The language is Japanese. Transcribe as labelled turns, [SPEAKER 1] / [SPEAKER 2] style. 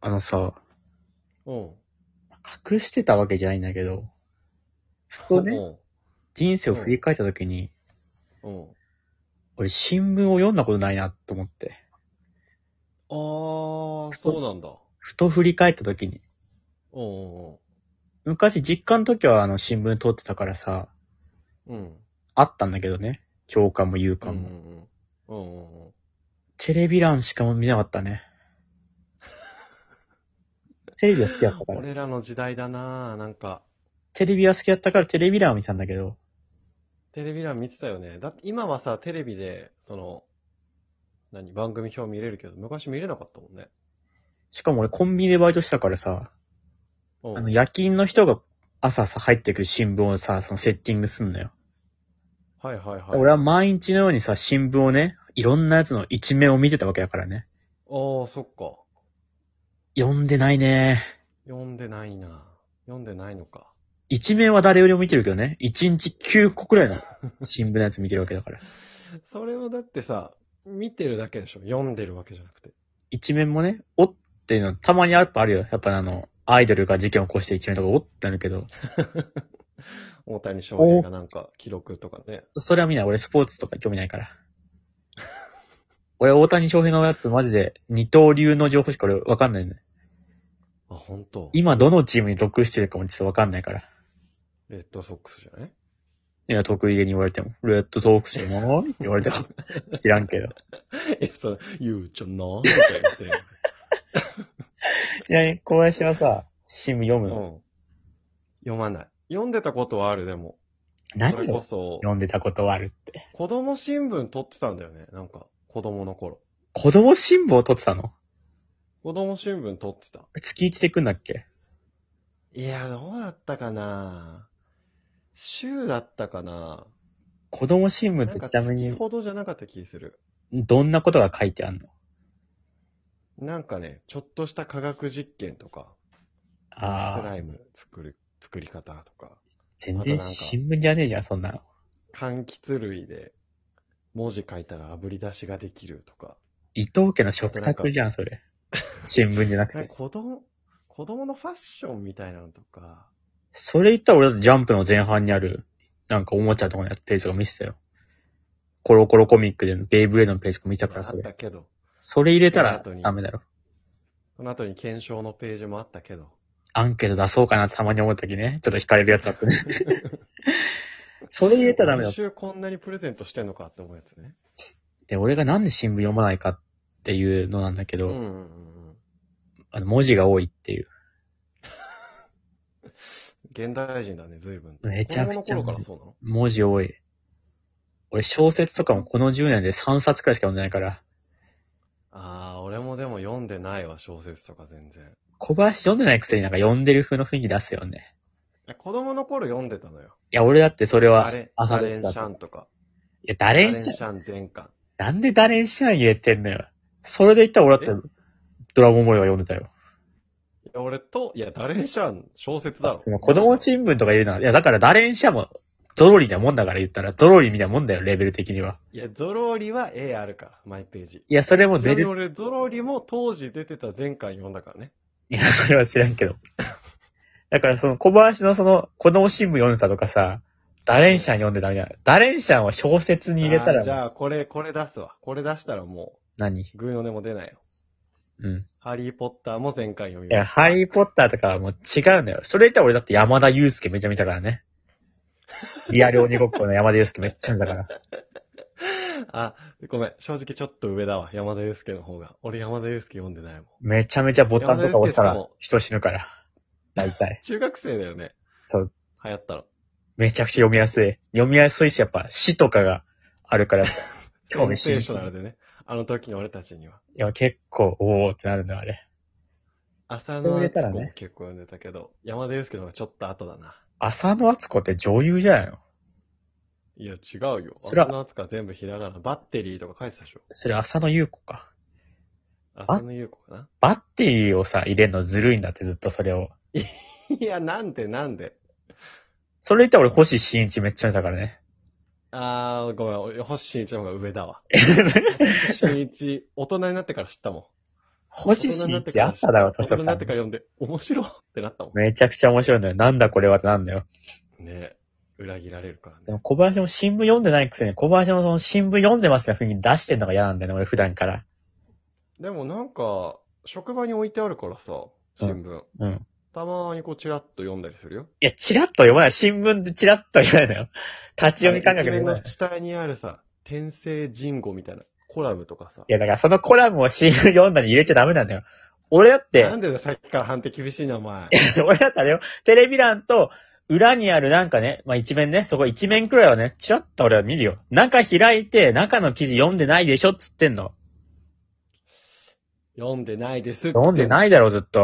[SPEAKER 1] あのさ、
[SPEAKER 2] うん。
[SPEAKER 1] 隠してたわけじゃないんだけど、ふとね、人生を振り返った時に、
[SPEAKER 2] うん。うん。
[SPEAKER 1] 俺新聞を読んだことないなと思って、
[SPEAKER 2] あー、そうなんだ。
[SPEAKER 1] ふと振り返った時に、
[SPEAKER 2] うん
[SPEAKER 1] 昔実家の時はあの新聞通ってたからさ、
[SPEAKER 2] うんうん。うん。
[SPEAKER 1] あったんだけどね、朝刊も夕
[SPEAKER 2] うんう
[SPEAKER 1] 刊も、
[SPEAKER 2] んうん。うんうんうん。
[SPEAKER 1] テレビ欄しかも見なかった ね。テレビは好きだったから、
[SPEAKER 2] 俺らの時代だなぁ。なんか、
[SPEAKER 1] テレビは好きだったからテレビ欄を見たんだけど、
[SPEAKER 2] テレビ欄見てたよね。だって今はさ、テレビで、その、何、番組表見れるけど、昔見れなかったもんね。
[SPEAKER 1] しかも俺コンビニでバイトしてたからさ、
[SPEAKER 2] うん。
[SPEAKER 1] あの夜勤の人が朝さ入ってくる新聞をさ、そのセッティングすんのよ。
[SPEAKER 2] はいはいはい。
[SPEAKER 1] 俺は毎日のようにさ、新聞をね、いろんなやつの一面を見てたわけだからね。
[SPEAKER 2] あー、そっか。
[SPEAKER 1] 読んでないね。
[SPEAKER 2] 読んでないなぁ。読んでないのか。
[SPEAKER 1] 一面は誰よりも見てるけどね。一日9個くらい の新聞のやつ見てるわけだから。
[SPEAKER 2] それはだってさ、見てるだけでしょ。読んでるわけじゃなくて。
[SPEAKER 1] 一面もね、おっていうのたまにやっぱあるよ。やっぱあの、アイドルが事件を起こして一面とかおってなるけど。
[SPEAKER 2] 大谷翔平がなんか記録とかね。
[SPEAKER 1] それは見ない。俺スポーツとか興味ない から。俺大谷翔平のやつマジで二刀流の情報しか俺わかんないね。
[SPEAKER 2] あ、本当。
[SPEAKER 1] 今どのチームに属してるかもちょっとわかんないから。
[SPEAKER 2] レッドソックスじゃ ない
[SPEAKER 1] いや、得意げに言われても、レッドソックスじゃないって言われ ても、知らんけど。
[SPEAKER 2] え、そう、言うちょなーみたいな 言って。
[SPEAKER 1] ちなみに、小林はさ、新聞読
[SPEAKER 2] う
[SPEAKER 1] むの、
[SPEAKER 2] ん。読まない。読んでたことはある、でも。それ
[SPEAKER 1] 何
[SPEAKER 2] こ
[SPEAKER 1] を
[SPEAKER 2] そ、
[SPEAKER 1] 読んでたことはあるって。
[SPEAKER 2] 子供新聞撮ってたんだよね。なんか、子供の頃。
[SPEAKER 1] 子供新聞を撮ってたの
[SPEAKER 2] 子供新聞撮ってた。
[SPEAKER 1] 月一で来んだっけ
[SPEAKER 2] いや、どうだったかな週だったかな
[SPEAKER 1] 子供新聞
[SPEAKER 2] な
[SPEAKER 1] っ
[SPEAKER 2] ん
[SPEAKER 1] て
[SPEAKER 2] か
[SPEAKER 1] ちなみに、
[SPEAKER 2] 月ほどじゃなかった気する。
[SPEAKER 1] どんなことが書いてあんの
[SPEAKER 2] なんかね、ちょっとした科学実験とか、ス
[SPEAKER 1] ああ、
[SPEAKER 2] ライム作る、作り方とか。
[SPEAKER 1] 全
[SPEAKER 2] あとな
[SPEAKER 1] 然
[SPEAKER 2] んか
[SPEAKER 1] 新聞じゃねえじゃん、そんなの。
[SPEAKER 2] 柑橘類で文字書いたら炙り出しができるとか。
[SPEAKER 1] 伊藤家の食卓じゃん、それ。新聞じゃなく
[SPEAKER 2] なん
[SPEAKER 1] て。
[SPEAKER 2] か子供、子供のファッションみたいなのとか。
[SPEAKER 1] それ言ったら俺、ジャンプの前半にある、なんかおもちゃとかのやつページとか見せたよ。コロコロコミックでのベイブレードのページとか見た
[SPEAKER 2] だ
[SPEAKER 1] から、そ
[SPEAKER 2] あっ
[SPEAKER 1] れ
[SPEAKER 2] た。けど。
[SPEAKER 1] それ入れたら
[SPEAKER 2] その後に
[SPEAKER 1] ダメだろ。
[SPEAKER 2] その後に検証のページもあったけど。
[SPEAKER 1] アンケート出そうかなってたまに思うときね。ちょっと惹かれるやつだった ね。それ入れたらダメだ
[SPEAKER 2] 今
[SPEAKER 1] っ
[SPEAKER 2] 週こんなにプレゼントしてんのかって思うやつね。
[SPEAKER 1] て、俺がなんで新聞読まないかっていうのなんだけ
[SPEAKER 2] う
[SPEAKER 1] ど、
[SPEAKER 2] んうんうんうん。
[SPEAKER 1] あの文字が多いっていう。
[SPEAKER 2] 現代人だね、随分と。
[SPEAKER 1] めちゃくちゃ
[SPEAKER 2] 子供の頃からそうなの
[SPEAKER 1] 文字多い。俺小説とかもこの10年で3冊くらいしか読んでないから、
[SPEAKER 2] ああ、俺もでも読んでないわ、小説とか全然。
[SPEAKER 1] 小林読んでないくせになんか読んでる風の雰囲気出すよね。
[SPEAKER 2] いや子供の頃読んでたのよ。
[SPEAKER 1] いや、俺だってそれ
[SPEAKER 2] あ
[SPEAKER 1] は
[SPEAKER 2] れ、
[SPEAKER 1] 朝
[SPEAKER 2] ア
[SPEAKER 1] 読
[SPEAKER 2] レン
[SPEAKER 1] し
[SPEAKER 2] シ
[SPEAKER 1] だ
[SPEAKER 2] ャ
[SPEAKER 1] と。
[SPEAKER 2] ンとか。
[SPEAKER 1] いや、
[SPEAKER 2] ア
[SPEAKER 1] 誰
[SPEAKER 2] レン
[SPEAKER 1] にし
[SPEAKER 2] シ
[SPEAKER 1] ちゃ
[SPEAKER 2] ャン全巻。
[SPEAKER 1] なんで誰にしちゃ言えてんのよ。それで言ったら俺だって、ドラゴンボールは読んでたよ。
[SPEAKER 2] いや、俺と、いや、ダレンシャン、小説だろ。
[SPEAKER 1] その子供新聞とか言うのは、いやだからダレンシャもゾロリなもんだから言ったら、ゾロリみたいなもんだよ、レベル的には。
[SPEAKER 2] いや、ゾロリは絵あるから、マイページ。
[SPEAKER 1] いや、それも
[SPEAKER 2] ちな
[SPEAKER 1] 出
[SPEAKER 2] みに
[SPEAKER 1] る。
[SPEAKER 2] 俺、ゾロリも当時出てた前回読んだからね。
[SPEAKER 1] いや、それは知らんけど。だからその小林のその子供新聞読んでたとかさ、ダレンシャン読んでたみたいな。ダレンシャンは小説に入れた
[SPEAKER 2] あーじ
[SPEAKER 1] ら、
[SPEAKER 2] ゃあ、これ、これ出すわ。これ出したらも
[SPEAKER 1] 何
[SPEAKER 2] う、グーの音も出ないよ。
[SPEAKER 1] うん。
[SPEAKER 2] ハリーポッターも前回読み
[SPEAKER 1] いや、
[SPEAKER 2] ました。
[SPEAKER 1] ハリーポッターとかはもう違うんだよ。それ言ったら俺だって山田祐介めっちゃ見たからね。リアル鬼ごっこの山田祐介めっちゃ見たから。
[SPEAKER 2] あ、ごめん。正直ちょっと上だわ。山田祐介の方が。俺山田祐介読んでないもん。
[SPEAKER 1] めちゃめちゃボタンとか押した
[SPEAKER 2] 山田
[SPEAKER 1] ら
[SPEAKER 2] 祐
[SPEAKER 1] 人死ぬから。大体。
[SPEAKER 2] 中学生だよね。
[SPEAKER 1] そう。
[SPEAKER 2] 流行ったの。
[SPEAKER 1] めちゃくちゃ読みやすい。読みやすいし、やっぱ詩とかがあるから、興味
[SPEAKER 2] セ
[SPEAKER 1] 津
[SPEAKER 2] ンセーショナ
[SPEAKER 1] 々。
[SPEAKER 2] ル
[SPEAKER 1] い
[SPEAKER 2] でね。あの時の俺たちには。
[SPEAKER 1] や、結構、おーってなるんだよ、あれ。
[SPEAKER 2] 浅
[SPEAKER 1] それを
[SPEAKER 2] 野
[SPEAKER 1] 入れたら
[SPEAKER 2] 敦
[SPEAKER 1] ね
[SPEAKER 2] 子も結構読んでたけど、山田祐介の方がちょっと後だな。
[SPEAKER 1] 浅野敦子って女優じゃないの
[SPEAKER 2] いや、違うよ。
[SPEAKER 1] すら
[SPEAKER 2] 浅野敦子は全部ひらがな。バッテリーとか書いてたでしょ。
[SPEAKER 1] それ浅野優子か。
[SPEAKER 2] 浅野ゆう子かな。
[SPEAKER 1] バッテリーをさ、入れるのずるいんだって、ずっとそれを。
[SPEAKER 2] いや、なんでなんで。
[SPEAKER 1] それ言ったら俺、星新一めっちゃ見たからね。
[SPEAKER 2] あー、ごめ ん、俺、星新一の方が上だわ。星新一、大人になってから知ったも
[SPEAKER 1] 星新一あっただろ、図
[SPEAKER 2] 大人
[SPEAKER 1] 書
[SPEAKER 2] になって
[SPEAKER 1] 館
[SPEAKER 2] か。ら読んで、面白いってなったもん。
[SPEAKER 1] めちゃくちゃ面白いのよ。なんだこれはってなんだよ。
[SPEAKER 2] ね裏切られるから
[SPEAKER 1] そ
[SPEAKER 2] ね。
[SPEAKER 1] の小林も新聞読んでないくせに、小林もその新聞読んでますみたいな雰囲気出してんのが嫌なんだよね、俺普段から。
[SPEAKER 2] でもなんか、職場に置いてあるからさ、新聞。
[SPEAKER 1] うん。
[SPEAKER 2] たまーにこう、チラッと読んだりするよ。
[SPEAKER 1] いや、チラッと読まない。新聞でチラッと読まないのよ。立ち読み感覚で
[SPEAKER 2] あの一
[SPEAKER 1] 読
[SPEAKER 2] 面
[SPEAKER 1] ま
[SPEAKER 2] の
[SPEAKER 1] ない。い
[SPEAKER 2] 下にあるさ、天聖人語みたいなコラムとかさ。
[SPEAKER 1] や、だからそのコラムを新聞読んだに入れちゃダメなんだよ。俺だって
[SPEAKER 2] な、んでだよさっきから判定厳しいな、お前。
[SPEAKER 1] 俺だったらよ、テレビ欄と裏にあるなんかね、まあ一面ね、そこ一面くらいはね、チラッと俺は見るよ。中開いて、中の記事読んでないでしょっつってんの。
[SPEAKER 2] 読んでないですっつって。
[SPEAKER 1] 読んで
[SPEAKER 2] い
[SPEAKER 1] ないだろ、ずっと。